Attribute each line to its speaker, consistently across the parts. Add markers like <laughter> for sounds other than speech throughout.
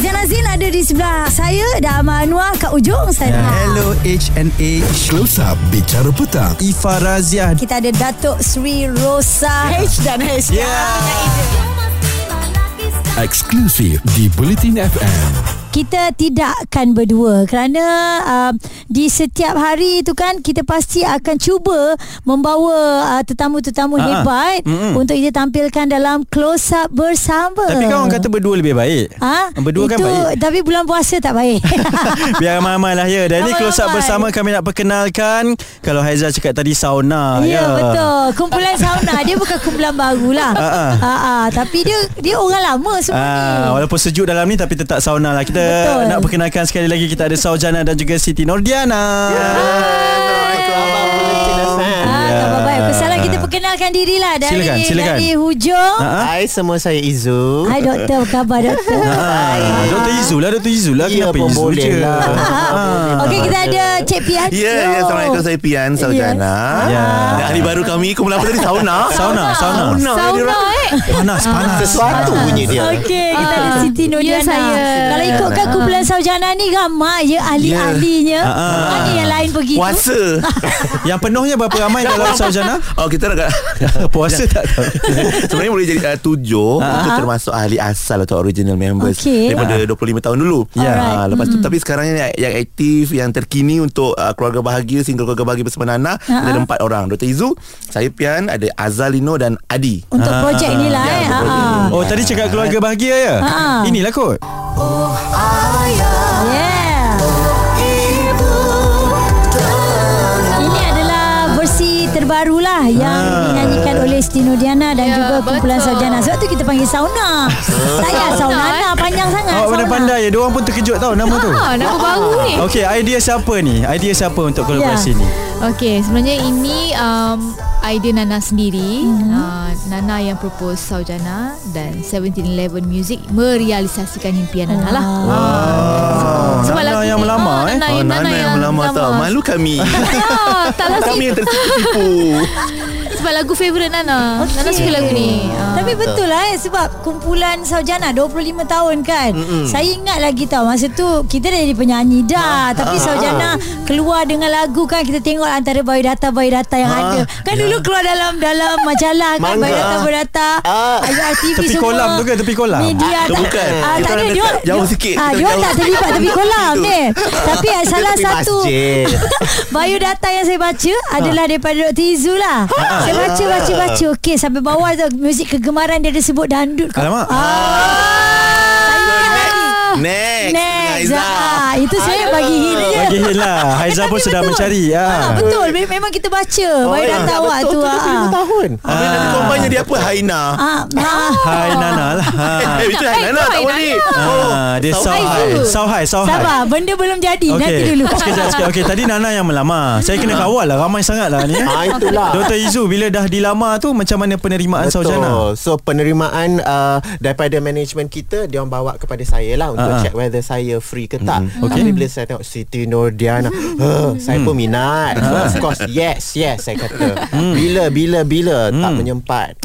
Speaker 1: Zainal Zain ada di sebelah saya dan Amal Anwar kat ujung sana.
Speaker 2: Hello HNA
Speaker 3: Close Up Bicara Petang
Speaker 2: Ifa Razia
Speaker 1: Kita ada Datuk Sri Rosa.
Speaker 4: H dan H.
Speaker 2: Ya.
Speaker 4: Ah,
Speaker 3: Eksklusif di Bulletin FM
Speaker 1: Kita tidak akan berdua kerana uh, di setiap hari itu kan kita pasti akan cuba membawa uh, tetamu-tetamu
Speaker 2: Ah,
Speaker 1: hebat
Speaker 2: mm-mm.
Speaker 1: untuk kita tampilkan dalam close up bersama.
Speaker 2: Tapi kau orang kata berdua lebih baik
Speaker 1: Ha?
Speaker 2: Berdua
Speaker 1: itu,
Speaker 2: kan baik
Speaker 1: Tapi bulan puasa tak baik
Speaker 2: <laughs> Biar ramai-ramai lah ya Dan ni
Speaker 1: Ramai-ramai.
Speaker 2: close up bersama Kami nak perkenalkan Kalau Haizah cakap tadi sauna
Speaker 1: Ya yeah, betul Kumpulan sauna Dia bukan kumpulan baru lah
Speaker 2: Ah, ah.
Speaker 1: Ah, ah. Tapi dia Dia orang lama semua ni
Speaker 2: Ah, walaupun sejuk dalam ni tapi tetap sauna lah. Kita
Speaker 1: Betul.
Speaker 2: nak perkenalkan sekali lagi kita ada Saujana dan juga Siti Nordiana.
Speaker 1: Ya. Ah,
Speaker 2: Ya.
Speaker 1: tak apa-apa. Aku salah kita perkenalkan dirilah dari
Speaker 2: Silakan, silakan.
Speaker 1: dari hujung.
Speaker 2: Ah, ah.
Speaker 4: Hai semua saya Izu.
Speaker 1: Hai doktor, apa khabar doktor?
Speaker 2: Ah, Dr. Izu lah Dr. Izu lah
Speaker 4: Ya
Speaker 2: Kenapa
Speaker 4: pun
Speaker 2: Izu
Speaker 4: boleh
Speaker 2: je
Speaker 4: lah.
Speaker 2: Ah.
Speaker 1: Okey, kita ada Cik Pian.
Speaker 5: Ya, yeah, yeah, Assalamualaikum Saya Pian Saujana
Speaker 2: Ya.
Speaker 5: yeah. Dan hari baru kami Kumpulan apa tadi? Sauna
Speaker 2: Sauna <laughs> Sauna Ah.
Speaker 5: Sauna.
Speaker 1: Sauna, Sauna eh.
Speaker 2: Panas panas
Speaker 4: Sesuatu punya dia.
Speaker 1: Okey,
Speaker 2: Ah.
Speaker 1: kita ada Siti Nodiana.
Speaker 6: Ya, saya.
Speaker 1: Kalau ikutkan kumpulan Saujana ni ramai ya ahli-ahlinya.
Speaker 2: Ah, ah.
Speaker 1: Mana yang lain pergi tu?
Speaker 5: Puasa
Speaker 2: Yang penuhnya berapa ramai dalam Saujana?
Speaker 5: Oh kita nak
Speaker 2: <laughs> Puasa tak tahu
Speaker 5: <laughs> Sebenarnya boleh jadi uh, tujuh Itu termasuk ahli asal Atau original members
Speaker 1: Ha. Okey. Hmm.
Speaker 5: Daripada 25 tahun dulu
Speaker 2: Ya.
Speaker 5: Ah, Lepas tu Tapi sekarang yang, yang aktif Yang terkini untuk uh, Keluarga bahagia Single keluarga bahagia bersama Nana
Speaker 1: Ha.
Speaker 5: Kita ada empat orang Dr. Izu Saya Pian Ada Azalino dan Adi
Speaker 1: Untuk projek ni
Speaker 2: Ya,
Speaker 1: lah eh. Ah, ah.
Speaker 2: Oh tadi cakap keluarga bahagia ya
Speaker 1: Ah.
Speaker 2: Inilah kot
Speaker 1: Yeah. Ini adalah versi terbarulah yang dinyanyikan oleh Stino Diana dan
Speaker 6: Ya,
Speaker 1: juga kumpulan
Speaker 6: betul.
Speaker 1: Sarjana. Sebab tu kita panggil sauna. Saya sauna
Speaker 6: Sauna, eh?
Speaker 1: nak panjang sangat.
Speaker 2: Awak pandai-pandai ya Diorang pun terkejut tau nama tu
Speaker 6: Ah, nama baru ni.
Speaker 2: Okey idea siapa ni Idea siapa untuk kolaborasi
Speaker 1: Ya.
Speaker 2: ni
Speaker 6: Okey, sebenarnya ini um, idea Nana sendiri.
Speaker 1: Mhm.
Speaker 6: Uh, Nana yang propose Saujana dan 1711 Music merealisasikan impian Nana lah.
Speaker 2: Oh,
Speaker 6: Sebab
Speaker 2: Nana
Speaker 6: lagu
Speaker 2: yang
Speaker 6: ni-
Speaker 2: lama
Speaker 6: Ah,
Speaker 2: eh
Speaker 5: Oh,
Speaker 6: Nana, yang- Ah. Nana, yang
Speaker 5: melamar tau Malu kami
Speaker 6: Ah, tak
Speaker 2: <laughs>
Speaker 6: lah
Speaker 5: Kami yang tertipu
Speaker 6: sebab lagu favourite Nana. Okay. Nana suka lagu ni. Ah.
Speaker 1: Tapi betul lah eh Sebab kumpulan Saujana 25 tahun kan Mm-mm. Saya ingat lagi tau Masa tu kita dah jadi penyanyi dah Tapi Saujana keluar dengan lagu kan Kita tengok antara biodata-biodata yang ada Kan dulu keluar dalam dalam majalah kan
Speaker 5: Mangga.
Speaker 1: Biodata-biodata
Speaker 5: Ah.
Speaker 1: TV
Speaker 2: Tepi
Speaker 1: semua
Speaker 2: kolam tu ke tepi kolam
Speaker 1: Media
Speaker 5: Ah,
Speaker 1: tak
Speaker 5: bukan.
Speaker 1: ah,
Speaker 5: Kita
Speaker 1: tak ada
Speaker 5: orang
Speaker 1: dia
Speaker 5: dekat jauh sikit.
Speaker 1: Ah,
Speaker 5: Kita
Speaker 1: dia orang
Speaker 5: jauh.
Speaker 1: tak terlibat tepi kolam
Speaker 5: Itu.
Speaker 1: ni. Tapi ah, salah
Speaker 4: tepi
Speaker 1: satu
Speaker 4: masjid.
Speaker 1: <laughs> biodata yang saya baca
Speaker 2: Ha.
Speaker 1: adalah daripada Dr. Izu lah. Saya baca baca baca okey sampai bawah tu muzik kegemaran dia ada sebut dandut. kot.
Speaker 2: Alamak.
Speaker 1: Ah.
Speaker 5: Next
Speaker 1: Next
Speaker 5: Aizah.
Speaker 1: ah, Itu saya bagi hint je
Speaker 2: Bagi hint
Speaker 1: <laughs>
Speaker 2: lah Haizah
Speaker 1: Eh,
Speaker 2: pun
Speaker 1: tapi
Speaker 2: sedang
Speaker 1: Ya. betul.
Speaker 2: mencari Oh, ya.
Speaker 1: Ah,
Speaker 2: ah.
Speaker 1: Betul me- Memang kita baca Biodata awak tu ah.
Speaker 4: tahun.
Speaker 5: Habis nanti korban jadi apa? Haina.
Speaker 1: Ah, ah.
Speaker 2: Hai Nana
Speaker 1: <laughs>
Speaker 2: lah ha.
Speaker 5: Eh, itu Haina tak
Speaker 6: Haina.
Speaker 5: boleh.
Speaker 2: Ah, dia
Speaker 5: Oh, Sau-
Speaker 2: sauhai
Speaker 6: Hai.
Speaker 2: Sauhai Sauhai
Speaker 1: Sabar Benda belum jadi
Speaker 2: Okey.
Speaker 1: Nanti dulu Ah.
Speaker 2: Sekejap sekejap Okey tadi Nana yang melamar Saya kena kawal lah Ramai sangat lah ni eh.
Speaker 4: Ah, itulah.
Speaker 2: Dr. Izu Bila dah dilamar tu Macam mana penerimaan Saujana
Speaker 4: Betul. So penerimaan uh, daripada management kita dia orang bawa kepada saya lah untuk
Speaker 2: Ah, ah.
Speaker 4: uh-huh. check whether saya free ke tak. Mm-hmm.
Speaker 2: Okay.
Speaker 4: Okay. Tapi bila saya tengok Siti Nordiana, huh, saya pun minat. So, of course, yes, yes saya kata. Bila bila bila tak menyempat.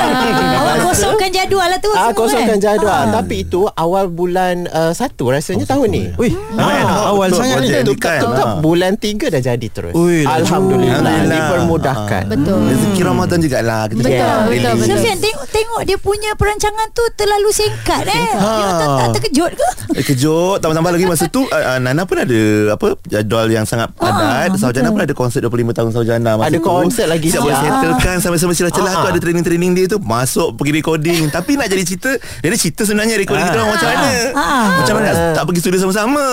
Speaker 1: <laughs> Awak kosongkan jadual lah tu
Speaker 4: Ah
Speaker 1: semua kan?
Speaker 4: kosongkan jadual ah. tapi itu awal bulan uh, satu rasanya tahun ni.
Speaker 2: Wih ramai
Speaker 4: Ah,
Speaker 2: dah. Awal
Speaker 5: betul,
Speaker 2: sangat ni
Speaker 5: projek ni kan.
Speaker 4: Tetap
Speaker 5: Ah.
Speaker 4: bulan tiga dah jadi terus.
Speaker 2: Ui, laju.
Speaker 4: Alhamdulillah
Speaker 5: Alhamdulillah.
Speaker 4: dipermudahkan.
Speaker 6: Betul.
Speaker 5: Rezeki Ramadan jugalah kita
Speaker 6: Betul,
Speaker 5: cakap.
Speaker 6: betul,
Speaker 5: Really.
Speaker 6: betul.
Speaker 1: Sofian tengok tengok dia punya perancangan tu terlalu singkat eh. You tak, tak terkejut ke?
Speaker 5: Eh, Kejut Tambah-tambah lagi Masa tu uh, uh, Nana pun ada Apa Jadual yang sangat padat Saujana pun ada konsert 25 tahun Saujana masa
Speaker 4: Ada
Speaker 5: tu.
Speaker 4: konsert lagi
Speaker 5: Siap boleh
Speaker 4: siap.
Speaker 5: settlekan Sampai-sampai celah-celah tu Ada training-training dia tu Masuk pergi recording Tapi nak jadi cerita Dia ada cerita sebenarnya Recording kita orang macam mana
Speaker 1: Ah.
Speaker 5: Macam mana nak- Tak pergi studio sama-sama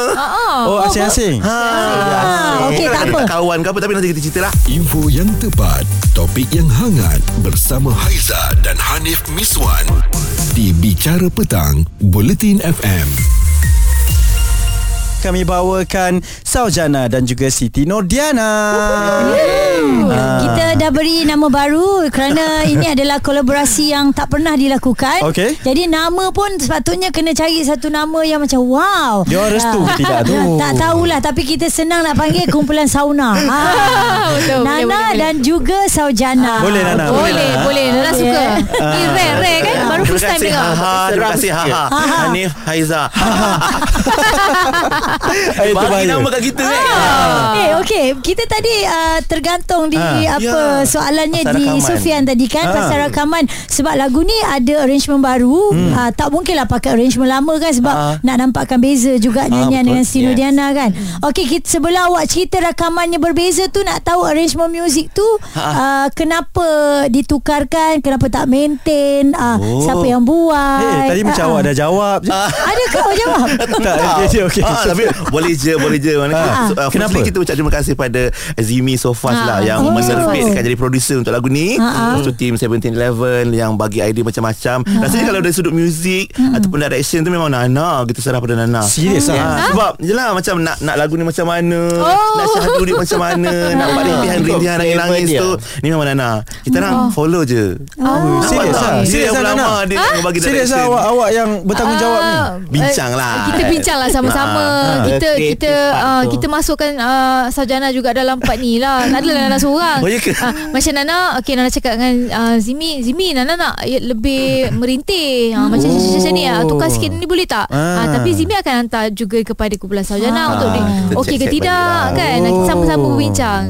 Speaker 2: Oh asing-asing
Speaker 1: Ah, okey tak apa.
Speaker 5: Bukan nak kita Kawan ke apa Tapi nanti kita cerita lah
Speaker 3: Info yang tepat Topik yang hangat Bersama Haiza dan Hanif Miswan Di Bicara Petang Bulletin FM
Speaker 2: kami bawakan Saujana dan juga Siti Nordiana.
Speaker 1: Oh,
Speaker 2: Ah.
Speaker 1: Kita dah beri nama baru kerana ini adalah kolaborasi yang tak pernah dilakukan.
Speaker 2: Okey.
Speaker 1: Jadi nama pun sepatutnya kena cari satu nama yang macam wow.
Speaker 2: Dia orang restu
Speaker 1: Ah.
Speaker 2: ke tidak tu?
Speaker 1: <laughs> Tak tahulah tapi kita senang nak panggil kumpulan sauna. Ha.
Speaker 6: Ah, Betul, <laughs> boleh,
Speaker 1: Nana
Speaker 6: boleh, boleh.
Speaker 1: dan juga Saujana. Ah.
Speaker 2: Boleh Nana, Ah. boleh.
Speaker 6: Boleh, boleh. Nana suka. Ni rare, rare kan? Baru
Speaker 5: Ah, Terima
Speaker 6: first time
Speaker 5: kasih
Speaker 6: dengar.
Speaker 5: Haha Terima
Speaker 4: Seram
Speaker 5: kasih
Speaker 4: sikit.
Speaker 5: Haha Hanif Haiza
Speaker 2: Eh, itu
Speaker 5: Bagi
Speaker 2: bahaya.
Speaker 5: nama kat kita eh
Speaker 1: Eh okey kita tadi uh, tergantung di
Speaker 2: Ah,
Speaker 1: apa
Speaker 5: ya.
Speaker 1: soalannya
Speaker 5: Pasal
Speaker 1: di
Speaker 5: rakaman.
Speaker 1: Sufian tadi kan pasal rakaman sebab lagu ni ada arrangement baru hmm. uh, tak mungkinlah pakai arrangement lama kan sebab
Speaker 2: Ah.
Speaker 1: nak nampakkan beza juga nyanyian dengan Sino Diana kan. Okey kita sebelum awak cerita rakamannya berbeza tu nak tahu arrangement muzik tu
Speaker 2: Ha.
Speaker 1: uh, kenapa ditukarkan kenapa tak maintain uh, oh. siapa yang buat.
Speaker 2: Eh, tadi macam awak dah jawab
Speaker 1: Ah.
Speaker 2: je.
Speaker 1: Ada ke awak jawab?
Speaker 2: <laughs> Tak, eh, okey, okey, okey.
Speaker 5: Ah, tapi boleh je, boleh je. Mana
Speaker 2: Ah.
Speaker 5: so, uh,
Speaker 2: Kenapa?
Speaker 5: Kenapa? kita ucap terima kasih pada Zimi Sofas
Speaker 6: Ah.
Speaker 5: lah yang
Speaker 1: Oh.
Speaker 5: oh. menerbit dekat jadi producer untuk lagu ni.
Speaker 1: Ah, ah.
Speaker 5: Lepas tu team 1711 yang bagi idea macam-macam.
Speaker 2: Ah.
Speaker 5: Rasanya kalau dari sudut muzik ataupun direction tu memang Nana kita serah pada Nana.
Speaker 2: Serius
Speaker 5: Ya,
Speaker 2: ah.
Speaker 5: Sebab jelah macam nak nak lagu ni macam mana,
Speaker 6: Oh.
Speaker 5: nak syahdu dia macam
Speaker 2: <laughs>
Speaker 5: mana, nak buat rintihan-rintihan
Speaker 4: Ikut flavor
Speaker 5: nangis-nangis
Speaker 4: dia.
Speaker 5: tu. Ni memang Nana. Kita orang follow je.
Speaker 2: Oh, serius
Speaker 5: tak?
Speaker 2: ah.
Speaker 5: Dia
Speaker 2: Serius ah
Speaker 5: yang
Speaker 2: Nana.
Speaker 5: lama dia yang bagi
Speaker 2: Serius ah
Speaker 5: direction.
Speaker 2: awak awak yang bertanggungjawab ni.
Speaker 6: Ah,
Speaker 5: Bincang
Speaker 6: eh,
Speaker 5: lah. Ah,
Speaker 6: Kita bincang lah sama-sama. Kita
Speaker 4: Creative
Speaker 6: kita
Speaker 4: part
Speaker 6: ah,
Speaker 4: tu.
Speaker 6: kita masukkan ah, Sarjana juga dalam part ni lah. Tak adalah Nana seorang.
Speaker 5: Oh, ya ke?
Speaker 6: Ah, macam Nana, okey Nana cakap dengan ah, Zimi, Zimi Nana nak ya, lebih merintih. Ah,
Speaker 5: Oh.
Speaker 6: macam macam- macam ni ah. Tukar sikit ni boleh tak? Ah, tapi Zimi akan hantar juga kepada kumpulan Sarjana untuk dia
Speaker 5: Ah. kita
Speaker 6: okey ke
Speaker 5: check-check
Speaker 6: tidak
Speaker 5: balik lah. Oh.
Speaker 6: kan. Sama-sama berbincang.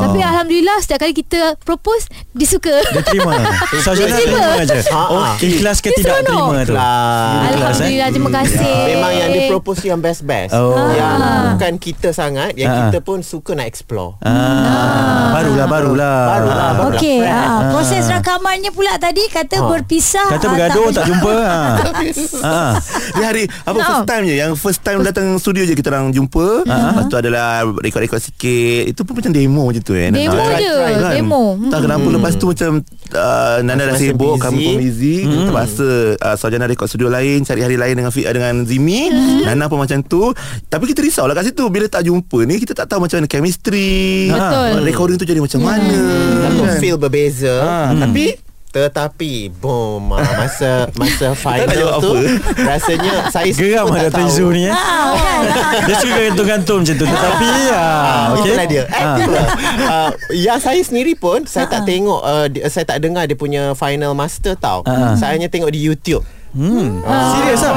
Speaker 6: Tapi alhamdulillah setiap kali kita propose disuka.
Speaker 2: Dia terima. Saujana
Speaker 6: Terima.
Speaker 2: terima je.
Speaker 4: Ah, ah.
Speaker 2: Okey, kelas ke
Speaker 6: Dia
Speaker 2: tidak
Speaker 6: seronok.
Speaker 2: terima tu. Ah.
Speaker 4: Lah.
Speaker 6: Alhamdulillah terima kasih.
Speaker 4: Memang yang dia propose tu yang best-best
Speaker 2: Oh.
Speaker 4: Yang
Speaker 6: Ah.
Speaker 4: bukan kita sangat Yang
Speaker 2: Ah.
Speaker 4: kita pun suka nak explore
Speaker 2: Ah, barulah barulah.
Speaker 4: Barulah, barulah.
Speaker 1: Okey,
Speaker 4: Friend.
Speaker 1: ah, proses rakamannya pula tadi kata
Speaker 4: Ah.
Speaker 1: berpisah.
Speaker 2: Kata
Speaker 1: ah,
Speaker 2: bergaduh tak
Speaker 1: berjumpa.
Speaker 2: jumpa. Ha. Ha.
Speaker 5: Dia hari apa
Speaker 6: No. Ha.
Speaker 5: no. first time je yang first time datang studio je kita orang jumpa. Lepas tu adalah rekod-rekod sikit. Itu pun macam demo je tu eh. Nana.
Speaker 6: Demo
Speaker 5: Try-
Speaker 6: je,
Speaker 5: try
Speaker 6: demo. Hmm.
Speaker 5: Tak kenapa lepas tu macam uh, Nana dah
Speaker 4: Masa-masa
Speaker 5: sibuk,
Speaker 4: busy.
Speaker 5: kami pun busy. Terpaksa uh, Sarjana rekod studio lain, cari hari lain dengan Fi- uh, dengan Zimi.
Speaker 6: Hmm.
Speaker 5: Nana pun macam tu. Tapi kita risaulah kat situ bila tak jumpa ni kita tak tahu macam mana chemistry.
Speaker 6: Betul. Hmm.
Speaker 5: Recording tu jadi macam mana.
Speaker 4: Satu
Speaker 5: kan?
Speaker 4: feel berbeza Hmm. Tapi Tetapi Boom ah, Masa Masa
Speaker 5: nak jawab
Speaker 4: final tu Rasanya Saya
Speaker 2: Geram
Speaker 4: pun
Speaker 2: ada
Speaker 4: tak tahu.
Speaker 2: Tezu ni eh.
Speaker 1: Ah, kan?
Speaker 2: Dia suka gantung-gantung macam tu Tetapi ya,
Speaker 4: Ah,
Speaker 2: okay.
Speaker 4: Itulah dia ah. uh, Ya saya sendiri pun Saya tak tengok uh, di- Saya tak dengar dia punya final master tau Saya hanya tengok di YouTube
Speaker 2: hmm.
Speaker 4: Ah.
Speaker 2: Serius lah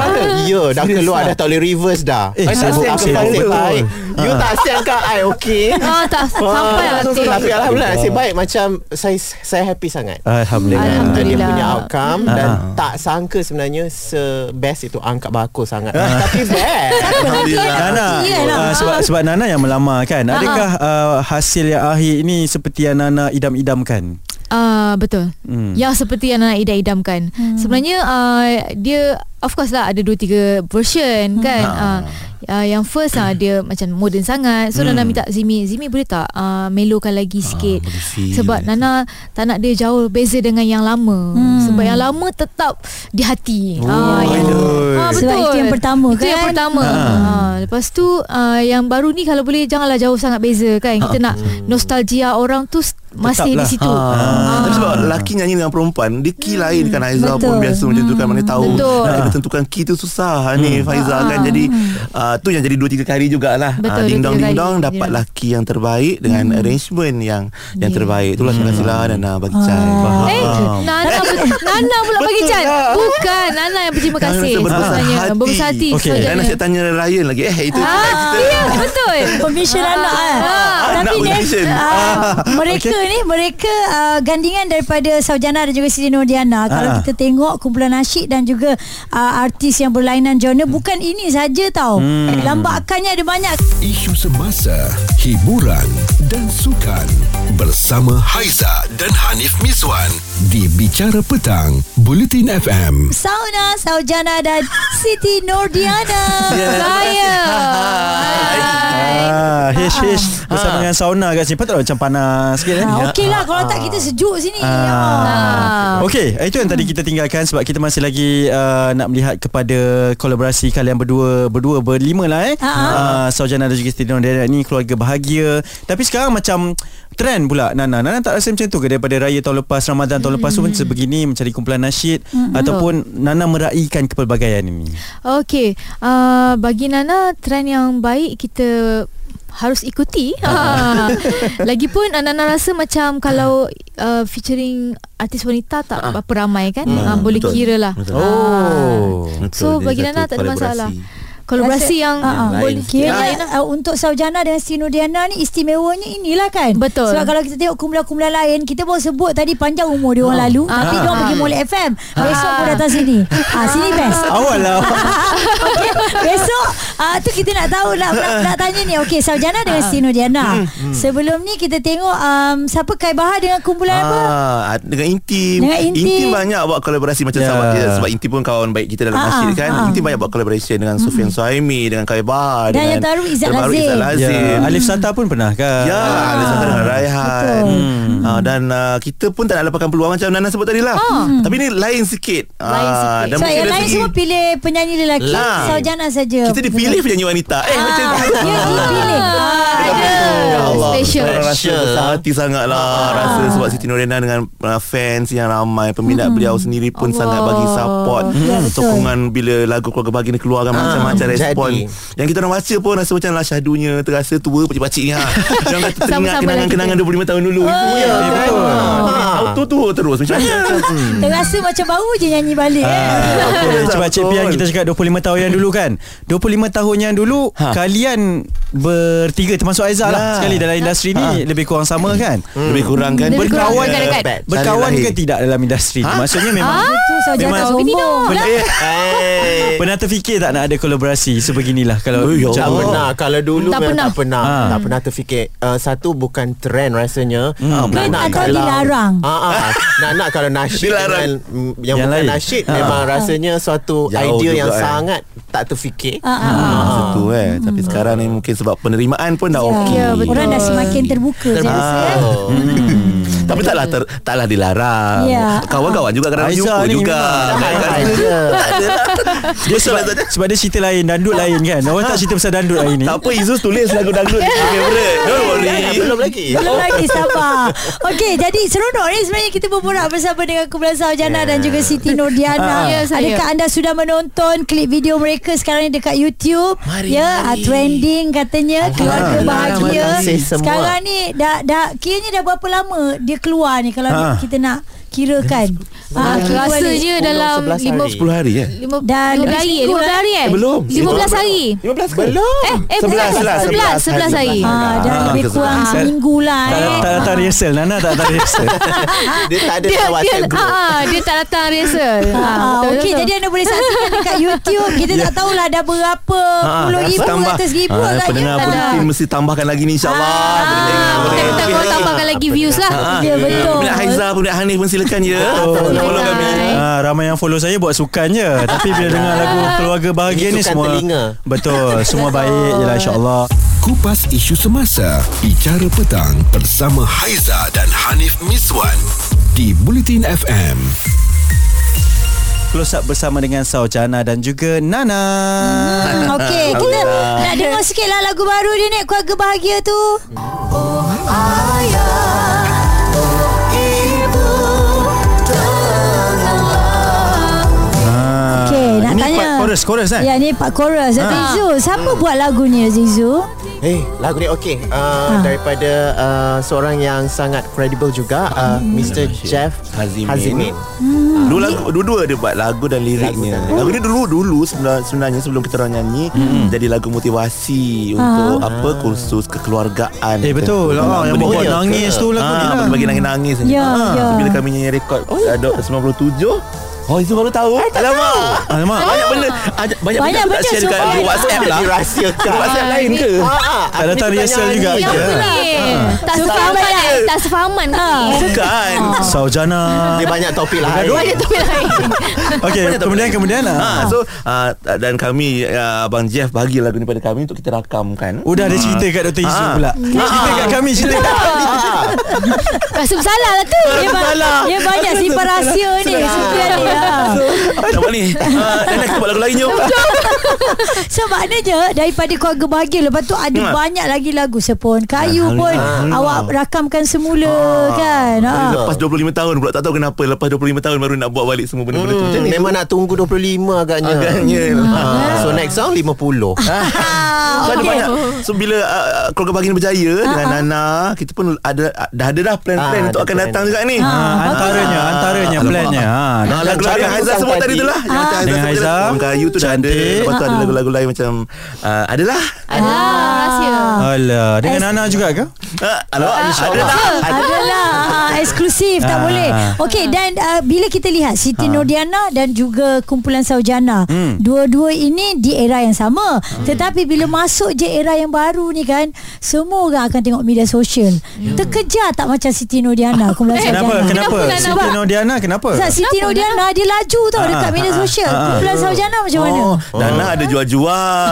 Speaker 4: Ya dah
Speaker 2: Serius
Speaker 4: keluar
Speaker 2: tak?
Speaker 4: Dah tak boleh reverse dah
Speaker 2: Eh,
Speaker 4: Saya tak
Speaker 2: sibuk,
Speaker 4: siang ke
Speaker 2: sibuk.
Speaker 4: nasib baik You tak siang ke I okay
Speaker 6: Ah, tak <laughs> sampai lah.
Speaker 4: Ah, so- so-
Speaker 6: Teh.
Speaker 4: Tapi Alhamdulillah nasib baik Macam Saya saya happy sangat
Speaker 2: Alhamdulillah
Speaker 4: Dia
Speaker 6: Alhamdulillah.
Speaker 4: punya outcome Dan tak sangka sebenarnya Se-best itu angkat bakul sangat Tapi best
Speaker 5: Alhamdulillah.
Speaker 2: Nana
Speaker 1: Yelah.
Speaker 2: uh, sebab sebab Nana yang melamar kan adakah uh, hasil yang akhir ni seperti yang Nana idam-idamkan
Speaker 6: Ah betul.
Speaker 2: Hmm.
Speaker 6: Hmm. Yang seperti yang Nana Ida idamkan. Hmm. Sebenarnya uh, dia of course lah ada dua tiga version hmm. kan. Ah uh, yang first ah dia <coughs> macam moden sangat. So hmm. Nana minta Zimi, Zimi boleh tak uh, melokan lagi sikit.
Speaker 5: boleh feel.
Speaker 6: sebab Nana tak nak dia jauh beza dengan yang lama. Hmm. Sebab yang lama tetap di hati. Oh, ah yang
Speaker 2: Aduh.
Speaker 6: Ah,
Speaker 1: Sebab itu yang pertama,
Speaker 6: Itu yang
Speaker 1: kan?
Speaker 6: pertama. Ha. lepas tu uh, yang baru ni kalau boleh janganlah jauh sangat beza kan. Kita nak
Speaker 5: Ha.
Speaker 6: nostalgia orang tu s- masih
Speaker 2: Tetaplah.
Speaker 6: di situ.
Speaker 2: Ah.
Speaker 5: Tapi sebab lelaki nyanyi dengan perempuan Dia key lain kan Aizah
Speaker 1: Betul.
Speaker 5: pun biasa macam tu kan Mana tahu
Speaker 6: Hmm. Betul. Ah.
Speaker 5: Nak dia tentukan key tu susah ni Faizah kan Jadi uh, tu yang jadi 2-3 kali jugalah
Speaker 6: Betul,
Speaker 5: uh,
Speaker 6: dua,
Speaker 5: Ding dong
Speaker 6: tiga
Speaker 5: ding
Speaker 6: kali. Hmm.
Speaker 5: dong Dapat
Speaker 6: Ya.
Speaker 5: lelaki yang terbaik Dengan arrangement yang yang terbaik Itulah terima kasih lah Nana bagi Ah. cai
Speaker 6: Eh, Nana,
Speaker 5: <laughs>
Speaker 6: ber- Nana pula bagi
Speaker 5: Ha. Betul
Speaker 6: cat.
Speaker 5: lah.
Speaker 6: Bukan, Nana yang berterima
Speaker 5: Nana
Speaker 6: kasih.
Speaker 5: rasa berbesar
Speaker 6: Sebenarnya
Speaker 5: hati.
Speaker 6: berbesar hati.
Speaker 2: Okey,
Speaker 6: sebenarnya.
Speaker 5: Nana asyik tanya Ryan lagi Eh itu
Speaker 6: Ah, ya, betul.
Speaker 1: Permission anak ah. Tapi
Speaker 5: nak
Speaker 1: dia
Speaker 5: permission.
Speaker 1: ah, mereka ni mereka ah, gandingan daripada Saujana dan juga Siti Nordiana. Kalau
Speaker 2: Ah.
Speaker 1: kita tengok kumpulan nasyid dan juga ah, artis yang berlainan genre bukan ini saja tau. Lambakannya ada banyak.
Speaker 3: Isu semasa, hiburan dan sukan bersama Haiza dan Hanif Miswan di Bicara Petang, Bulletin FM.
Speaker 1: Sauna, Saujana dan Siti Nordiana.
Speaker 6: Saya.
Speaker 5: Hai.
Speaker 2: Ah, hish hish bersama dengan sauna kat sini. Patutlah macam panas sikit eh.
Speaker 5: Ya.
Speaker 1: Ha, Okey lah Kalau tak
Speaker 5: Ah.
Speaker 1: kita sejuk sini ha.
Speaker 2: Ah. Okey, itu yang tadi kita tinggalkan sebab kita masih lagi uh, nak melihat kepada kolaborasi kalian berdua, berdua berlima lah eh.
Speaker 1: Ah.
Speaker 2: Uh, Saujana dan juga Stino Dera ni keluarga bahagia. Tapi sekarang macam trend pula Nana. Nana tak rasa macam tu ke daripada raya tahun lepas, Ramadan tahun lepas tu pun sebegini mencari kumpulan nasyid ataupun Nana meraikan kepelbagaian ini.
Speaker 6: Okey, uh, bagi Nana trend yang baik kita harus ikuti.
Speaker 5: <laughs>
Speaker 6: Ha. Lagipun uh, Nana rasa macam kalau uh, featuring artis wanita tak berapa ramai kan? Ha, boleh
Speaker 5: Ah. Hmm, betul.
Speaker 6: kira lah.
Speaker 5: Betul.
Speaker 6: Oh.
Speaker 5: Betul,
Speaker 6: So,
Speaker 5: dia
Speaker 6: bagi
Speaker 5: satu
Speaker 6: Nana tak ada
Speaker 5: kolaborasi.
Speaker 6: masalah. Kolaborasi yang
Speaker 1: Ah, ah.
Speaker 5: lain.
Speaker 1: Kira
Speaker 5: Yang
Speaker 1: lain lah. Untuk Saujana dengan Sino Diana ni Istimewanya inilah kan
Speaker 6: Betul.
Speaker 1: Sebab kalau kita tengok kumpulan-kumpulan lain Kita baru sebut tadi panjang umur dia orang lalu
Speaker 6: Ah.
Speaker 1: Tapi dia orang
Speaker 6: Ah.
Speaker 1: pergi Molek FM Besok pun datang sini ha, Sini
Speaker 5: <laughs>
Speaker 1: best
Speaker 2: Awal lah.
Speaker 1: <laughs> Okey, Besok uh, tu kita nak tahu lah
Speaker 5: <laughs>
Speaker 1: nak, nak tanya ni Okey Saujana dengan
Speaker 5: Ah.
Speaker 1: Sino Diana
Speaker 5: Hmm,
Speaker 1: Sebelum ni kita tengok um, Siapa Kai Bahar dengan kumpulan Lah, apa
Speaker 5: Ah, dengan Intim.
Speaker 1: Dengan Intim.
Speaker 5: Intim banyak buat kolaborasi macam
Speaker 2: Ya.
Speaker 5: yeah. sahabat kita sebab Intim pun kawan baik kita dalam
Speaker 1: Ah,
Speaker 5: masjid kan.
Speaker 1: ah.
Speaker 5: Intim banyak buat collaboration dengan Sufian Suhaimi, dengan Kai Bahar,
Speaker 1: Dan yang
Speaker 5: dengan
Speaker 1: terbaru Izzat
Speaker 5: terbaru
Speaker 1: Lazim.
Speaker 5: Izzat Lazim.
Speaker 2: Ya, Alif Sata pun pernah kan?
Speaker 5: Ya, ada Santa dengan Raihan.
Speaker 1: Betul.
Speaker 5: Hmm. Ah, dan ah, kita pun tak nak lepaskan peluang macam Nana sebut tadi lah.
Speaker 1: Oh.
Speaker 5: Tapi ni lain sikit. Ah,
Speaker 6: Lain sikit.
Speaker 5: dan
Speaker 1: Sebab
Speaker 5: mungkin
Speaker 1: yang
Speaker 5: dari
Speaker 1: lain
Speaker 5: segi-
Speaker 1: semua pilih penyanyi lelaki
Speaker 5: Lah.
Speaker 1: Saujana saja
Speaker 5: kita dipilih penyanyi wanita. Eh, macam
Speaker 1: Ah,
Speaker 5: tu.
Speaker 1: Dia dipilih Ah,
Speaker 5: Ya Allah
Speaker 6: Oh, Special.
Speaker 5: Orang rasa besar hati sangat lah Rasa sebab Siti Nurena Dengan uh, fans yang ramai Peminat beliau sendiri pun
Speaker 6: Mm-hmm. Allah.
Speaker 5: Sangat bagi support Hmm,
Speaker 1: Ya, betul.
Speaker 5: Sokongan bila lagu keluarga bagi ni Keluar kan macam-macam
Speaker 4: jadi.
Speaker 5: respon Yang kita orang baca pun Rasa macam lah syahdunya Terasa tua pakcik-pakcik
Speaker 6: <laughs>
Speaker 5: ni ha. Jangan kata teringat
Speaker 6: Sama-sama Oh,
Speaker 5: kenangan-kenangan 25 tahun dulu Itu ya kan Ah, Auto-tua terus Macam
Speaker 6: Ya.
Speaker 5: mana
Speaker 1: <laughs> Terasa macam baru je nyanyi balik eh.
Speaker 2: Ah.
Speaker 5: Betul,
Speaker 2: Okay, Cepat
Speaker 5: betul.
Speaker 2: Cik Pian kita cakap 25 tahun yang dulu kan 25 tahun yang dulu ha. Kalian bertiga termasuk Aizah lah
Speaker 5: Lah.
Speaker 2: Sekali dalam industri ha. ni Lebih kurang sama kan
Speaker 5: Lebih kurang kan
Speaker 6: Lebih kurang
Speaker 5: Berkawan
Speaker 6: dekat-dekat.
Speaker 5: Saling
Speaker 2: Berkawan
Speaker 5: lahir.
Speaker 2: ke tidak dalam industri ha?
Speaker 5: Ha?
Speaker 2: Maksudnya memang
Speaker 1: Ah, tu Saujana
Speaker 2: Memang-
Speaker 1: sombong
Speaker 2: pernah,
Speaker 4: Eh.
Speaker 2: pernah terfikir tak nak ada kolaborasi Sebeginilah
Speaker 5: Oh,
Speaker 2: kalau
Speaker 5: ya
Speaker 2: macam
Speaker 4: Tak
Speaker 5: Allah.
Speaker 4: pernah Kalau dulu
Speaker 6: Tak
Speaker 4: tak pernah
Speaker 6: pernah.
Speaker 4: Tak pernah,
Speaker 2: Ah.
Speaker 4: tak pernah terfikir uh, Satu bukan trend rasanya
Speaker 2: Hmm.
Speaker 4: Nak-
Speaker 1: Trend
Speaker 4: nak
Speaker 1: atau dilarang?
Speaker 4: ah, ah. Nak nak kalau
Speaker 2: <laughs>
Speaker 4: nasyid
Speaker 5: Dilarang.
Speaker 4: dengan, mm, Yang,
Speaker 2: Yang
Speaker 4: bukan
Speaker 2: lain.
Speaker 4: nasyid
Speaker 2: Ah. oh
Speaker 4: Memang rasanya suatu
Speaker 5: Jauh
Speaker 4: idea
Speaker 5: juga,
Speaker 4: yang
Speaker 5: eh.
Speaker 4: sangat Tak terfikir
Speaker 1: Ah, ah,
Speaker 5: Ah,
Speaker 4: Ah.
Speaker 5: masa tu eh tapi sekarang ni mungkin sebab penerimaan pun dah
Speaker 1: ah.
Speaker 5: okey.
Speaker 6: Hmm.
Speaker 5: Ah.
Speaker 6: Ya, betul.
Speaker 1: Orang dah semakin terbuka saya rasa, eh.
Speaker 4: Oh.
Speaker 5: Hmm. Tapi taklah ter, taklah dilarang.
Speaker 1: Ya.
Speaker 5: Kawan-kawan juga kadang
Speaker 2: Aizah
Speaker 5: jumpa
Speaker 2: ni
Speaker 5: juga. Kan,
Speaker 2: memang-
Speaker 4: <laughs>
Speaker 2: dia sebab, sebab dia cerita lain Dandut lain kan Orang tak cerita pasal dandut hari ni
Speaker 5: Tak apa Izus tulis lagu <laughs> dangdut di favorite. Don't worry.
Speaker 4: Belum lagi
Speaker 1: Belum lagi sabar Okey jadi seronok ni Sebenarnya kita berborak bersama Dengan kumpulan Saujana Dan juga Siti Nordiana
Speaker 6: Ya, saya.
Speaker 1: Adakah anda sudah menonton Klip video mereka Sekarang ni dekat YouTube
Speaker 4: Mari,
Speaker 1: Ya
Speaker 4: mari.
Speaker 1: ah, Trending katanya Keluarga
Speaker 4: Alhamdulillah,
Speaker 1: bahagia
Speaker 4: terima kasih semua.
Speaker 1: Sekarang ni dah, dah Kiranya dah berapa lama Dia keluar ni Kalau
Speaker 2: Ah.
Speaker 1: kita nak Kirakan Ah, kira
Speaker 6: rasa
Speaker 1: balik.
Speaker 6: je
Speaker 4: sepuluh,
Speaker 6: dalam
Speaker 4: sebelas
Speaker 6: 5
Speaker 5: 10 hari eh.
Speaker 6: lima
Speaker 1: Dah
Speaker 6: lima
Speaker 1: lebih
Speaker 6: hari eh?
Speaker 1: seminggu
Speaker 6: 15
Speaker 1: dah.
Speaker 6: hari eh?
Speaker 5: Belum.
Speaker 6: 15 hari.
Speaker 5: 15 ke?
Speaker 4: Belum
Speaker 6: Eh, eh
Speaker 5: Sebelas lah,
Speaker 6: sebelas,
Speaker 5: sebelas
Speaker 6: sebelas hari.
Speaker 5: hari.
Speaker 1: Ah, dah
Speaker 2: Ah,
Speaker 1: lebih
Speaker 5: ke
Speaker 1: kurang
Speaker 2: sebelah.
Speaker 1: seminggu lah
Speaker 2: tak,
Speaker 1: eh.
Speaker 2: tak datang rehearsal Nana tak datang rehearsal
Speaker 4: Dia tak ada
Speaker 6: Dia
Speaker 4: dalam
Speaker 6: dia,
Speaker 4: WhatsApp group
Speaker 6: ah, dia tak datang
Speaker 1: <laughs>
Speaker 6: rehearsal.
Speaker 1: Ah, Okey jadi anda boleh saksikan dekat YouTube Kita tak tahulah dah berapa
Speaker 2: Ah,
Speaker 1: Puluh
Speaker 5: dah
Speaker 1: ribu
Speaker 5: Ah, tambah.
Speaker 1: Ratus ribu
Speaker 5: Ah,
Speaker 1: agaknya
Speaker 5: pendengar
Speaker 1: lah.
Speaker 5: politik mesti tambahkan lagi ni insyaAllah. Boleh tengok,
Speaker 6: Ah,
Speaker 5: boleh.
Speaker 6: kita
Speaker 5: Tapi-
Speaker 6: boleh tambahkan lagi views lah.
Speaker 1: Ya betul
Speaker 5: Peminat Haizah, peminat Hanif pun silakan ya.
Speaker 2: Oh,
Speaker 5: Follow kami.
Speaker 2: Ah, ramai yang follow saya buat sukan je Tapi bila dengar lagu Keluarga Bahagia ni
Speaker 4: Ini sukan
Speaker 2: semua
Speaker 4: telinga.
Speaker 2: Betul Semua baik je lah insyaAllah
Speaker 3: Kupas isu semasa Bicara petang Bersama Haiza dan Hanif Miswan Di Bulletin FM
Speaker 2: Close up bersama dengan Saujana dan juga Nana
Speaker 1: Hmm, Okey kita
Speaker 2: Ah,
Speaker 5: Alhamdulillah.
Speaker 1: nak dengar sikit lah lagu baru dia ni Keluarga Bahagia tu Oh ayah Oh ibu
Speaker 2: Ah.
Speaker 1: Okey nak
Speaker 2: Ini
Speaker 1: tanya
Speaker 2: part chorus Chorus Ah. kan
Speaker 1: Ya ni part chorus Zizu Siapa buat lagu ni Zizu
Speaker 4: Eh, lagu ni okey. Uh, Daripada uh, seorang yang sangat credible juga, uh, Mr. Jeff
Speaker 5: Hazimin.
Speaker 4: Hazimin.
Speaker 5: Dua Hmm. lagu dua-dua dia buat lagu dan liriknya. Ah. Hmm. Lagu ni dulu dulu sebenarnya, sebenarnya sebelum kita orang nyanyi jadi lagu motivasi untuk apa kursus kekeluargaan.
Speaker 2: Eh betul
Speaker 5: Tentang
Speaker 2: ah, Yang
Speaker 5: benda-
Speaker 2: buat
Speaker 4: ya ke?
Speaker 2: nangis tu lagu ni
Speaker 5: Ah,
Speaker 2: lah
Speaker 5: bagi nangis-nangis ni.
Speaker 1: Ya,
Speaker 5: Ah,
Speaker 1: ya.
Speaker 5: Bila kami nyanyi rekod oh, 97 Oh Izu baru tahu Alamak
Speaker 2: Alamak.
Speaker 5: Banyak benda ada- Banyak,
Speaker 1: Banyak
Speaker 5: benda aku tak
Speaker 1: benda
Speaker 5: share dekat
Speaker 1: semua.
Speaker 5: di WhatsApp lah
Speaker 4: Dirahsiakan
Speaker 5: Di WhatsApp lain ke
Speaker 4: Ah,
Speaker 2: Tak datang rehearsal juga
Speaker 6: Yang
Speaker 2: Ya.
Speaker 6: apa ni
Speaker 1: Ah.
Speaker 6: Tak sefahaman lah Tak sefahaman ke ni
Speaker 5: Bukan
Speaker 1: Ah.
Speaker 2: Saujana
Speaker 4: Dia banyak topik lah
Speaker 6: Banyak topik lain
Speaker 2: Okay
Speaker 5: Banyak tak
Speaker 2: kemudian
Speaker 5: boleh.
Speaker 2: kemudian ah.
Speaker 5: Ha, so uh, dan kami uh, Abang Jeff bagi lagu ni pada kami untuk kita rakamkan.
Speaker 2: Udah ada cerita kat Dr. Isu
Speaker 5: Ah.
Speaker 2: pula Cerita kat kami Cerita kat kami
Speaker 6: Rasa bersalah lah tu
Speaker 1: Dia, ba- dia banyak simpan rahsia ni Simpan ni
Speaker 5: Ah.
Speaker 2: Ah.
Speaker 1: ha.
Speaker 5: Apa nama ni? Uh, dan kita buat lagu lain Ah. jom.
Speaker 1: So maknanya Daripada keluarga bahagia Lepas tu ada
Speaker 5: Hmm.
Speaker 1: banyak lagi lagu Sepon kayu pun
Speaker 5: Alhamdulillah. Ah,
Speaker 1: Awak rakamkan semula kan ha.
Speaker 5: Lepas 25 tahun pula tak tahu kenapa lepas 25 tahun baru nak buat balik semua benda-benda tu macam
Speaker 4: Hmm,
Speaker 5: ni.
Speaker 4: memang nak tunggu 25 agaknya.
Speaker 5: Agaknya.
Speaker 4: Ah, so next round 50.
Speaker 5: So ada
Speaker 1: Ha, Okey.
Speaker 5: banyak So bila uh, uh, keluarga bahagian berjaya
Speaker 2: Ah,
Speaker 5: Dengan Nana Kita pun ada Dah ada dah plan-plan
Speaker 4: Ah,
Speaker 5: Untuk
Speaker 4: ada
Speaker 5: akan
Speaker 4: plan.
Speaker 5: datang juga ni
Speaker 2: Ah, Antaranya Antaranya
Speaker 5: Alamak.
Speaker 2: plannya ha.
Speaker 5: Ah, Lagu-lagu yang Haizah sebut tadi tu lah Yang macam
Speaker 2: Ah. Dengan
Speaker 5: sebut tadi,
Speaker 2: Haizah.
Speaker 5: Orang Kayu tu dah ada
Speaker 2: Cantik.
Speaker 5: Lepas tu ada lagu-lagu lain macam uh, Adalah
Speaker 6: Alah Ah, rahsia
Speaker 1: Ah.
Speaker 2: Alah
Speaker 1: Eh,
Speaker 2: Dengan Nana juga ke?
Speaker 5: Ah, Alamak Adalah
Speaker 1: Adalah ah, eksklusif tak
Speaker 2: Ah.
Speaker 1: boleh. Okey dan uh, bila kita lihat
Speaker 5: Ah.
Speaker 1: Siti Nordiana dan juga kumpulan Saujana,
Speaker 2: Hmm.
Speaker 1: dua-dua ini di era yang sama.
Speaker 5: Hmm.
Speaker 1: Tetapi bila masuk je era yang baru ni kan, semua orang akan tengok media sosial.
Speaker 5: Ya.
Speaker 1: Terkejar tak macam Siti Nordiana kumpulan Saujana.
Speaker 2: Kenapa? Kenapa?
Speaker 6: Nana?
Speaker 2: Siti Nordiana kenapa?
Speaker 1: Sebab Siti Nordiana dia laju tau
Speaker 2: Ah,
Speaker 1: dekat media
Speaker 2: ah,
Speaker 1: sosial.
Speaker 2: ah, ah.
Speaker 1: Kumpulan Saujana macam mana?
Speaker 5: Oh, Nana ada
Speaker 1: <laughs>
Speaker 5: jual-jual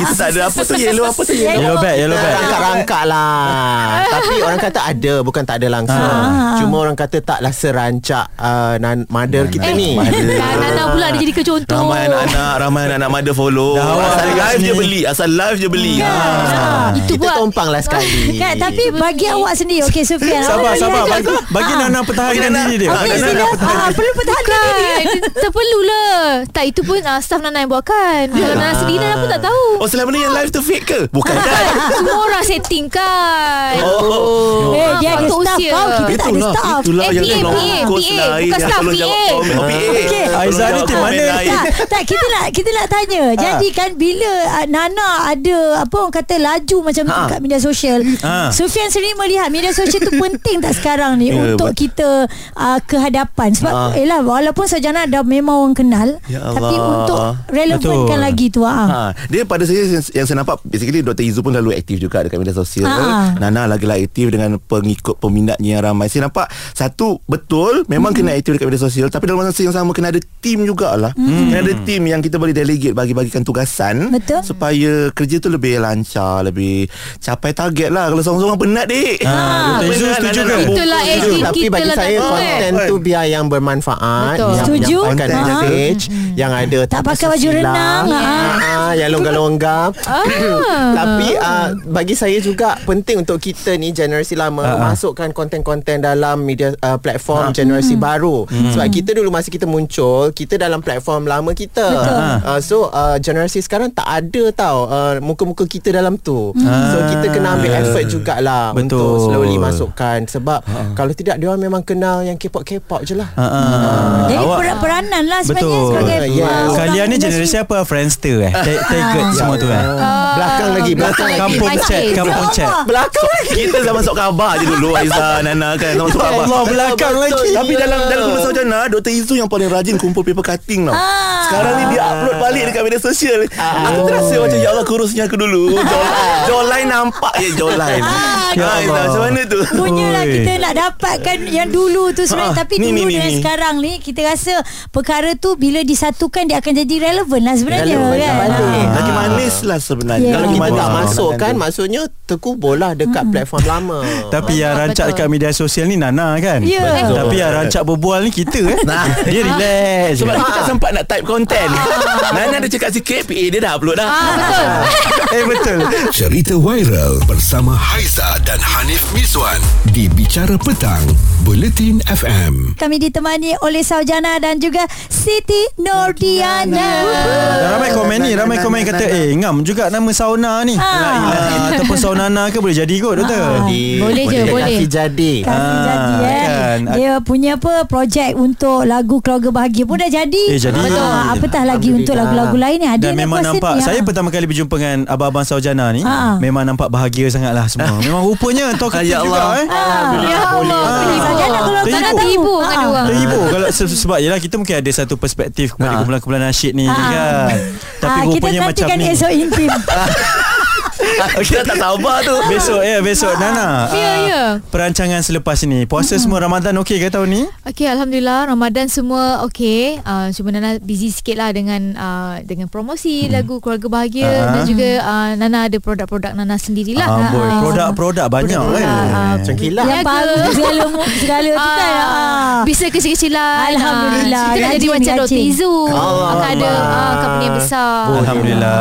Speaker 5: Kita tak ada apa tu Yellow apa tu yellow
Speaker 2: Yellow bag Yellow bag
Speaker 4: Rangkak-rangkak lah Tapi orang kata ada Bukan tak ada langsung
Speaker 1: Ah.
Speaker 4: Cuma orang kata taklah serancak uh, nan, Mother kita ni
Speaker 6: Dah Nana pula dia jadi kecontoh
Speaker 5: Ramai anak-anak Ramai anak-anak mother follow
Speaker 2: Dah awal
Speaker 5: Asal
Speaker 2: dah
Speaker 5: live
Speaker 2: sini.
Speaker 5: je beli Asal live je beli
Speaker 1: Ya.
Speaker 5: Ah.
Speaker 6: Itu
Speaker 4: Kita
Speaker 6: pula
Speaker 4: tompang lah sekali
Speaker 1: Kan, tapi bagi awak sendiri Okey Sufian
Speaker 2: Sabar
Speaker 1: awak
Speaker 2: sabar
Speaker 1: lihat-
Speaker 2: Bagi, bagi Nana pertahankan diri dia
Speaker 1: Ah. Okey
Speaker 2: Nana
Speaker 1: sila
Speaker 2: nak pertahankan
Speaker 1: Ah, Perlu pertahankan
Speaker 6: Kan? Terperlulah Tak itu pun uh, Staff Nana yang buatkan Kalau Nana sendiri Nana pun tak tahu
Speaker 5: Oh selama ni yang live tu fake ke? Bukan
Speaker 1: Ah,
Speaker 5: kan?
Speaker 6: Semua orang setting kan
Speaker 5: Oh.
Speaker 1: Eh, dia ada
Speaker 6: Faktor
Speaker 1: staff
Speaker 6: usia.
Speaker 1: kau Kita tak ada
Speaker 5: <laughs> Itulah,
Speaker 1: staff
Speaker 5: itulah
Speaker 6: Eh,
Speaker 5: yang
Speaker 6: PA,
Speaker 5: tolong
Speaker 6: PA,
Speaker 5: kos
Speaker 6: PA,
Speaker 5: lain,
Speaker 6: bukan
Speaker 5: yang
Speaker 6: staff,
Speaker 5: tolong jawab
Speaker 6: PA.
Speaker 5: komen. Oh, PA.
Speaker 1: Okey.
Speaker 5: Tolong
Speaker 2: Aizah ni
Speaker 5: jawab
Speaker 2: tim
Speaker 5: komen
Speaker 2: mana? Ah.
Speaker 5: lain.
Speaker 1: tak, tak kita nak kita nak tanya. Jadi kan bila uh, Nana ada apa orang kata laju macam
Speaker 2: Ah.
Speaker 1: tu kat media sosial.
Speaker 2: Ha.
Speaker 1: Sufian sendiri melihat media sosial
Speaker 2: <laughs>
Speaker 1: tu penting tak sekarang ni
Speaker 5: Ya,
Speaker 1: untuk
Speaker 5: bet-
Speaker 1: kita uh, ke hadapan
Speaker 2: Ah.
Speaker 1: sebab yalah walaupun Sajana dah memang orang kenal
Speaker 5: Ya
Speaker 1: tapi
Speaker 5: Allah.
Speaker 1: untuk relevankan
Speaker 2: Betul.
Speaker 1: lagi tu ah.
Speaker 5: Ha, dia pada saya yang- yang saya nampak basically Dr. Izu pun selalu aktif juga dekat media sosial.
Speaker 1: Ha.
Speaker 5: Nana lagi lah aktif dengan pengikut peminatnya yang ramai. Saya nampak satu betul memang kena aktif dekat media sosial tapi dalam masa yang sama kena ada team jugalah. Kena ada team yang kita boleh delegate bagi-bagikan tugasan
Speaker 1: Betul.
Speaker 5: supaya kerja tu lebih lancar, lebih capai target lah. Kalau seorang-seorang penat dik. Ha,
Speaker 2: Dr. Izu setuju ke?
Speaker 6: Itulah eh
Speaker 4: Setuju.
Speaker 6: team
Speaker 4: Tapi
Speaker 6: kita
Speaker 4: bagi
Speaker 6: lah
Speaker 4: saya
Speaker 6: tak
Speaker 4: Konten
Speaker 5: boleh.
Speaker 4: tu biar yang bermanfaat
Speaker 6: Betul.
Speaker 4: yang,
Speaker 1: Setuju.
Speaker 4: Yang pakai
Speaker 1: Konten.
Speaker 4: message Yang ada
Speaker 1: Tak pakai baju
Speaker 4: susila,
Speaker 1: renang, ah.
Speaker 4: ah, Yang longgar-longgar <coughs> Tapi ah, Bagi saya juga Penting untuk kita ni Generasi lama Masukkan konten-konten Dalam media ah, Hmm. Platform generasi
Speaker 1: Hmm.
Speaker 4: baru Sebab kita dulu Masa kita muncul Kita dalam platform lama kita Ah, So ah, Generasi sekarang Tak ada tau ah, Muka-muka kita dalam tu So kita kena ambil effort jugalah
Speaker 2: Betul.
Speaker 4: Untuk Ah, slowly masukkan Sebab Kalau tidak Dia orang memang kenal Yang K-pop-K-pop je lah
Speaker 2: Ah, ah.
Speaker 1: Jadi
Speaker 2: Awak-
Speaker 1: per- peranan lah sebenarnya
Speaker 2: Betul.
Speaker 1: sebagai ah,
Speaker 4: Ya.
Speaker 1: orang
Speaker 2: Kalian ni
Speaker 1: industri.
Speaker 2: generasi apa? Friendster eh? Tag- Taggart semua tu eh?
Speaker 6: Ah.
Speaker 4: Belakang lagi Belakang lagi
Speaker 2: Kampung
Speaker 6: MySpace.
Speaker 2: chat, kampung chat.
Speaker 4: Belakang lagi
Speaker 5: Kita zaman sok khabar je dulu Aiza, Nana kan Zaman
Speaker 4: <laughs>
Speaker 5: sok khabar
Speaker 2: Allah belakang lagi.
Speaker 5: Tapi dalam dalam kumpulan sarjana Dr. ah, Izu yang paling rajin kumpul paper cutting tau.
Speaker 1: Ah.
Speaker 5: Sekarang ni dia upload balik dekat media sosial. Aku terasa macam ya Allah kurusnya aku dulu. Jaw- Jawline nampak je jawline.
Speaker 1: Ah,
Speaker 5: Ya
Speaker 2: Allah.
Speaker 5: Allah macam mana tu?
Speaker 1: Punyalah
Speaker 2: Oi.
Speaker 1: kita nak dapatkan yang dulu tu sebenarnya
Speaker 5: Ah,
Speaker 1: tapi
Speaker 5: ni,
Speaker 1: dulu
Speaker 5: ni, ni,
Speaker 1: dengan
Speaker 5: ni.
Speaker 1: sekarang ni kita rasa perkara tu bila disatukan dia akan jadi relevan lah sebenarnya
Speaker 4: Relevan
Speaker 1: kan.
Speaker 4: balik.
Speaker 1: Ah.
Speaker 5: Lagi manis lah sebenarnya.
Speaker 1: Yeah.
Speaker 4: Kalau
Speaker 5: Lagi
Speaker 4: kita
Speaker 5: manis.
Speaker 4: Ya. tak masuk kan Maksudnya Terkubur lah Dekat platform lama
Speaker 2: Tapi yang
Speaker 6: Betul.
Speaker 2: rancak dekat media sosial ni Nana kan
Speaker 1: Ya. Betul.
Speaker 2: Tapi yang rancak berbual ni kita eh
Speaker 5: Nah.
Speaker 2: Dia relax Ah. je.
Speaker 5: Sebab kita tak sempat nak type content. Nana ada cakap sikit PA dia dah upload dah.
Speaker 2: Eh betul
Speaker 3: Cerita viral bersama Haiza dan Hanif Miswan di Bicara Petang, Buletin FM.
Speaker 1: Kami ditemani oleh Saujana dan juga Siti Nordiana.
Speaker 2: Dan ramai komen ni Ramai komen kata Eh ngam juga nama sauna ni Lah, Yalah, yalah. Ataupun saunana ke boleh jadi kot doktor
Speaker 4: Jadi,
Speaker 6: Ah, Boleh je,
Speaker 4: Kita
Speaker 6: boleh.
Speaker 4: kasi jadi
Speaker 1: Kasih jadi eh.
Speaker 2: kan. Kan?
Speaker 1: Dia punya apa projek untuk lagu keluarga bahagia pun dah jadi.
Speaker 2: Eh, jadi.
Speaker 1: Ah, apatah lagi untuk lagu-lagu lain ni ada
Speaker 2: Dan
Speaker 1: ni,
Speaker 2: memang
Speaker 1: aku rasa
Speaker 2: nampak
Speaker 1: ni,
Speaker 2: Saya
Speaker 1: ah.
Speaker 2: pertama kali berjumpa dengan Abang-abang Saujana ni
Speaker 1: Ha.
Speaker 2: Memang nampak bahagia sangat lah semua Memang rupanya Tau kita
Speaker 5: Ya
Speaker 2: juga
Speaker 5: Allah.
Speaker 2: eh
Speaker 6: Ya Allah
Speaker 1: Ah,
Speaker 6: Terhibur
Speaker 1: jangan kalau
Speaker 2: Terhibur.
Speaker 6: Tak nak terhibur
Speaker 1: Ah.
Speaker 6: kan dia orang
Speaker 2: Terhibur kalau se- sebab yelah kita mungkin ada satu perspektif kepada kumpulan-kumpulan nasyid ni kan. Tapi
Speaker 1: Ah, kita
Speaker 2: rupanya macam
Speaker 1: nantikan
Speaker 2: ni.
Speaker 1: esok intim.
Speaker 5: <laughs> Kita tak sabar tu
Speaker 2: Besok ya, besok Nana.
Speaker 6: Ya,
Speaker 2: ah,
Speaker 6: ya.
Speaker 2: Perancangan selepas ni. Puasa semua Ramadan okey ke tahun ni?
Speaker 6: Okey alhamdulillah Ramadan semua okey. Uh, cuma Nana busy sikit lah dengan uh, dengan promosi hmm. lagu keluarga bahagia
Speaker 2: Ah.
Speaker 6: uh-huh. dan juga uh, Nana ada produk-produk Nana sendirilah.
Speaker 2: Ah, boy.
Speaker 6: Ah.
Speaker 2: Produk-produk banyak kan.
Speaker 6: ah,
Speaker 4: Cengkilah.
Speaker 1: Yang
Speaker 6: Niaga.
Speaker 1: bagus segala segala tu kan.
Speaker 6: Ah,
Speaker 1: Ah.
Speaker 6: Bisa kecil-kecilan
Speaker 1: Alhamdulillah.
Speaker 6: Kita nak jadi
Speaker 1: Rajin,
Speaker 6: macam
Speaker 1: rajin.
Speaker 6: Roti Zoo
Speaker 4: Allah.
Speaker 6: Akan ada ah, company yang besar
Speaker 2: Alhamdulillah.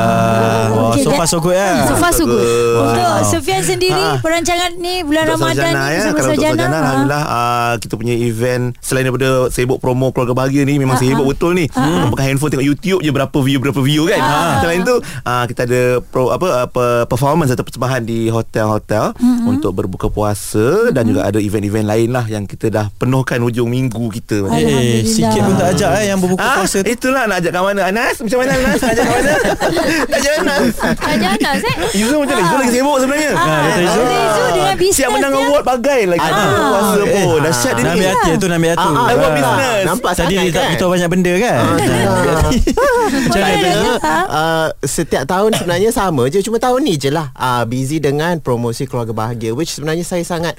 Speaker 2: Wah,
Speaker 1: Okey,
Speaker 2: so
Speaker 1: dah-
Speaker 2: far so good eh.
Speaker 6: So far so good
Speaker 1: Untuk Sufian sendiri perancangan ni bulan
Speaker 5: Untuk
Speaker 1: Ramadan ni
Speaker 5: Sarjana ya.
Speaker 1: bersama
Speaker 5: Kalau untuk
Speaker 1: Sarjana.
Speaker 5: Sarjana
Speaker 1: ah.
Speaker 5: Alhamdulillah uh, Kita punya event Selain daripada Sibuk promo keluarga bahagia ni
Speaker 1: Ha,
Speaker 5: Memang sibuk betul ni uh Pakai handphone tengok YouTube je Berapa view Berapa view kan
Speaker 1: Ha,
Speaker 5: Selain tu uh, Kita ada pro, apa, apa Performance atau persembahan Di hotel-hotel Untuk berbuka puasa Dan juga ada event-event lain lah Yang kita dah penuhkan Hujung minggu kita
Speaker 2: Eh,
Speaker 1: Alhamdulillah.
Speaker 2: sikit pun tak ajak eh yang berbuka
Speaker 5: Ah,
Speaker 2: puasa tu.
Speaker 5: itulah nak ajak kat mana Anas macam mana Anas Nak ajak kat
Speaker 1: <laughs>
Speaker 5: mana Tak ajak Anas
Speaker 6: Sarjana Ah, Zek
Speaker 5: Izu macam mana Izu lagi sibuk sebenarnya
Speaker 2: Ah, kata Izu.
Speaker 1: Izu dengan bisnes
Speaker 5: Siap menang
Speaker 1: dia. ah,
Speaker 5: award bagai lagi
Speaker 4: Ah.
Speaker 5: Buka Puasa
Speaker 2: Eh,
Speaker 5: pun Dahsyat dia ni
Speaker 2: Nak ambil hati tu, nak ambil hati.
Speaker 4: Ah, ah,
Speaker 5: buat
Speaker 2: Ah.
Speaker 5: business.
Speaker 4: Nampak
Speaker 2: Tadi
Speaker 4: sangat
Speaker 2: dia tak
Speaker 4: kan?
Speaker 2: beritahu banyak benda kan. Macam mana?
Speaker 4: Saya
Speaker 2: Tanya?
Speaker 1: Ah.
Speaker 4: uh, setiap tahun sebenarnya sama je cuma tahun ni je lah uh, busy dengan promosi keluarga bahagia which sebenarnya saya sangat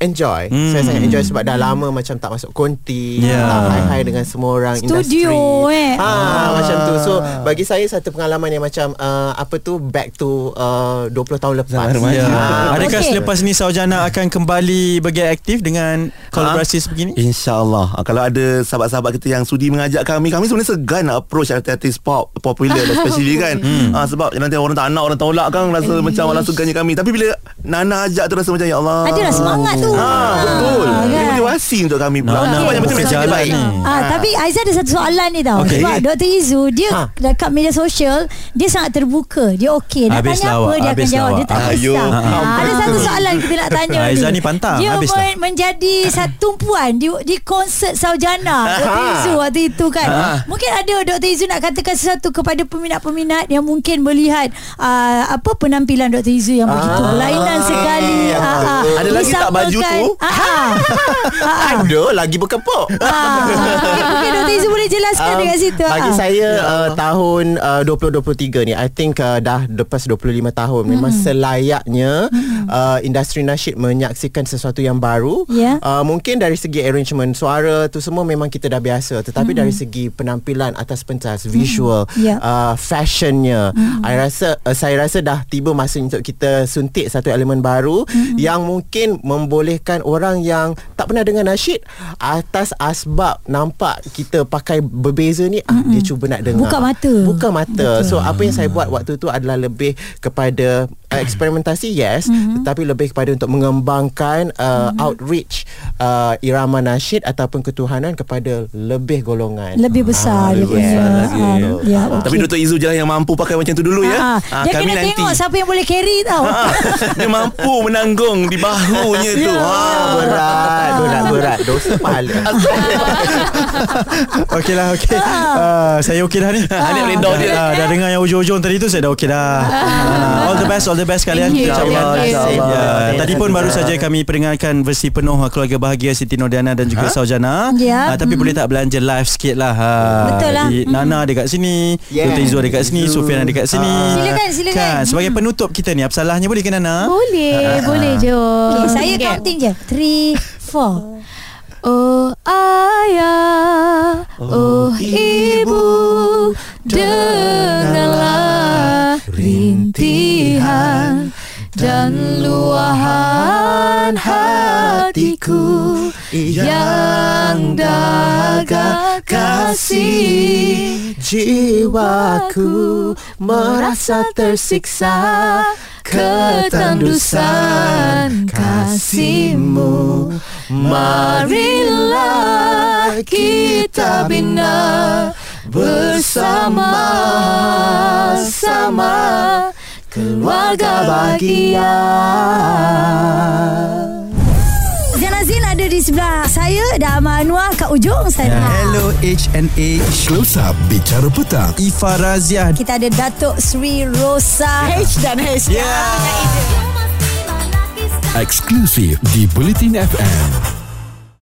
Speaker 4: enjoy. Hmm. Saya sangat enjoy sebab dah lama macam tak masuk konti,
Speaker 2: Ya. Ah.
Speaker 4: yeah. tak hai-hai dengan semua orang industri.
Speaker 1: Studio, eh.
Speaker 4: Ha, macam tu. So bagi saya satu pengalaman yang macam uh, apa tu back to uh, 20 tahun lepas.
Speaker 2: Ya.
Speaker 4: Ah.
Speaker 2: Adakah
Speaker 1: Okey.
Speaker 2: selepas ni Saujana akan kembali bergiat aktif dengan kolaborasi
Speaker 4: Ah.
Speaker 2: sebegini?
Speaker 5: InsyaAllah Ah, Kalau ada sahabat-sahabat kita Yang sudi mengajak kami Kami sebenarnya segan nak approach Artis-artis pop
Speaker 1: <laughs>
Speaker 5: Popular lah Especially kan
Speaker 1: Hmm.
Speaker 5: Ah, Sebab nanti orang tak nak Orang tolak kan Rasa
Speaker 1: Eh,
Speaker 5: macam orang segannya kami Tapi bila Nana ajak tu Rasa macam Ya Allah
Speaker 1: Adalah semangat tu.
Speaker 5: Ah, Betul
Speaker 1: Ah,
Speaker 5: Ini
Speaker 1: kan?
Speaker 5: motivasi untuk kami pula
Speaker 2: Nana
Speaker 5: Nampak yang
Speaker 2: buka
Speaker 5: betul-betul
Speaker 2: jalan
Speaker 5: baik.
Speaker 2: ni.
Speaker 1: Ah, tapi Aizah ada satu soalan ni tau
Speaker 2: Hmm. Okey.
Speaker 1: Sebab Dr. Izu Dia
Speaker 4: Ha.
Speaker 1: dekat media sosial Dia sangat terbuka Dia okey Nak
Speaker 2: Habis
Speaker 1: tanya
Speaker 2: lawak,
Speaker 1: apa Dia akan
Speaker 2: habis
Speaker 1: jawab
Speaker 2: lawak.
Speaker 1: Dia tak
Speaker 5: Ah, you.
Speaker 1: kisah
Speaker 5: Ha,
Speaker 1: Ah, Ada satu soalan Kita nak tanya dulu.
Speaker 2: <laughs> Aizah ni pantang,
Speaker 1: Dia
Speaker 2: habis
Speaker 1: men-
Speaker 2: <laughs>
Speaker 1: menjadi Satu puan Di, di konsert Saujana Dr. Izu waktu itu kan
Speaker 2: Ha.
Speaker 1: Mungkin ada Dr. Izu nak katakan Sesuatu kepada peminat-peminat Yang mungkin melihat ah, Apa penampilan Dr. Izu Yang
Speaker 2: Ah.
Speaker 1: begitu Berlainan sekali
Speaker 2: Ya
Speaker 1: Ah, ah.
Speaker 5: Ada lagi tak baju tu?
Speaker 1: Disambelkan. Ah,
Speaker 2: <laughs>
Speaker 1: ah. Ah, ah.
Speaker 4: Ada lagi berkepuk.
Speaker 1: Ah, mungkin- Mungkin Dr. Izu boleh jelaskan
Speaker 4: Um,
Speaker 1: dekat situ
Speaker 4: Bagi
Speaker 1: ah.
Speaker 4: saya uh, tahun uh, 2023 ni I think uh, dah lepas 25 tahun memang
Speaker 1: Hmm.
Speaker 4: selayaknya uh, industri nasyid menyaksikan sesuatu yang baru.
Speaker 1: Ya.
Speaker 4: Uh, mungkin dari segi arrangement suara tu semua memang kita dah biasa tetapi dari segi penampilan atas pentas visual
Speaker 1: Ya.
Speaker 4: uh, fashionnya I rasa uh, saya rasa dah tiba masa untuk kita suntik satu elemen baru yang mungkin membolehkan orang yang tak pernah dengar nasyid atas asbab nampak kita pakai berbeza ni ah dia cuba nak dengar
Speaker 1: Buka mata.
Speaker 4: buka mata so apa yang saya buat waktu tu adalah lebih kepada uh, eksperimentasi yes tetapi lebih kepada untuk mengembangkan uh, outreach uh, irama nasyid ataupun ketuhanan kepada lebih golongan Ah,
Speaker 1: lebih besar dia
Speaker 5: lebih
Speaker 1: punya.
Speaker 5: besar
Speaker 1: ah,
Speaker 5: lagi.
Speaker 1: Ya,
Speaker 5: Ah, Tapi
Speaker 1: okey.
Speaker 5: Dr. Izu je lah yang mampu pakai macam tu dulu
Speaker 1: Ah, ah.
Speaker 5: ya. Ah,
Speaker 1: Dia kena tengok siapa yang boleh carry tau.
Speaker 5: Dia mampu menanggung di bahunya tu.
Speaker 4: Ah,
Speaker 5: Ha.
Speaker 4: berat berat berat dosa pahala
Speaker 2: Okey lah okey. Ah, saya okey dah ni.
Speaker 5: Adik boleh down dia.
Speaker 2: Ah, dah dengar yang ujung-ujung tadi tu saya dah okey dah. Ah, all the best all the best kalian.
Speaker 6: Thank you.
Speaker 2: Ucapkan-
Speaker 6: Thank you.
Speaker 2: Ya,
Speaker 4: Thank you.
Speaker 2: tadi pun baru saja kami perdengarkan versi penuh ah, keluarga bahagia Siti Nordiana dan juga Saujana.
Speaker 1: Ya.
Speaker 2: Ah, tapi boleh tak belanja live sikit lah. Ha.
Speaker 1: Betul lah.
Speaker 2: Di- Nana ada kat sini,
Speaker 4: Yeah.
Speaker 2: Dr. Izu ada kat sini, Sufian ada kat sini.
Speaker 1: Silakan, silakan.
Speaker 2: Kan, sebagai penutup kita ni apa salahnya boleh ke Nana?
Speaker 6: Oh.
Speaker 2: Ah,
Speaker 6: Boleh Boleh je
Speaker 1: Okey, saya
Speaker 6: Okey.
Speaker 1: counting je. 3 4.
Speaker 6: Oh ayah, oh ibu, dengarlah rintihan dan luahan hatiku yang daga kasih
Speaker 4: Jiwaku merasa tersiksa
Speaker 6: ketandusan kasihmu. Marilah kita bina bersama-sama keluarga bahagia.
Speaker 1: Zana Azin ada di sebelah saya dan Amal Anwar kat ujung sana.
Speaker 2: Hello HNA
Speaker 3: Close Up Bicara Petang
Speaker 2: Ifa Razia
Speaker 1: Kita ada Datuk Sri Rosa H dan H. Ah,
Speaker 2: Yeah.
Speaker 3: Eksklusif di Bulletin FM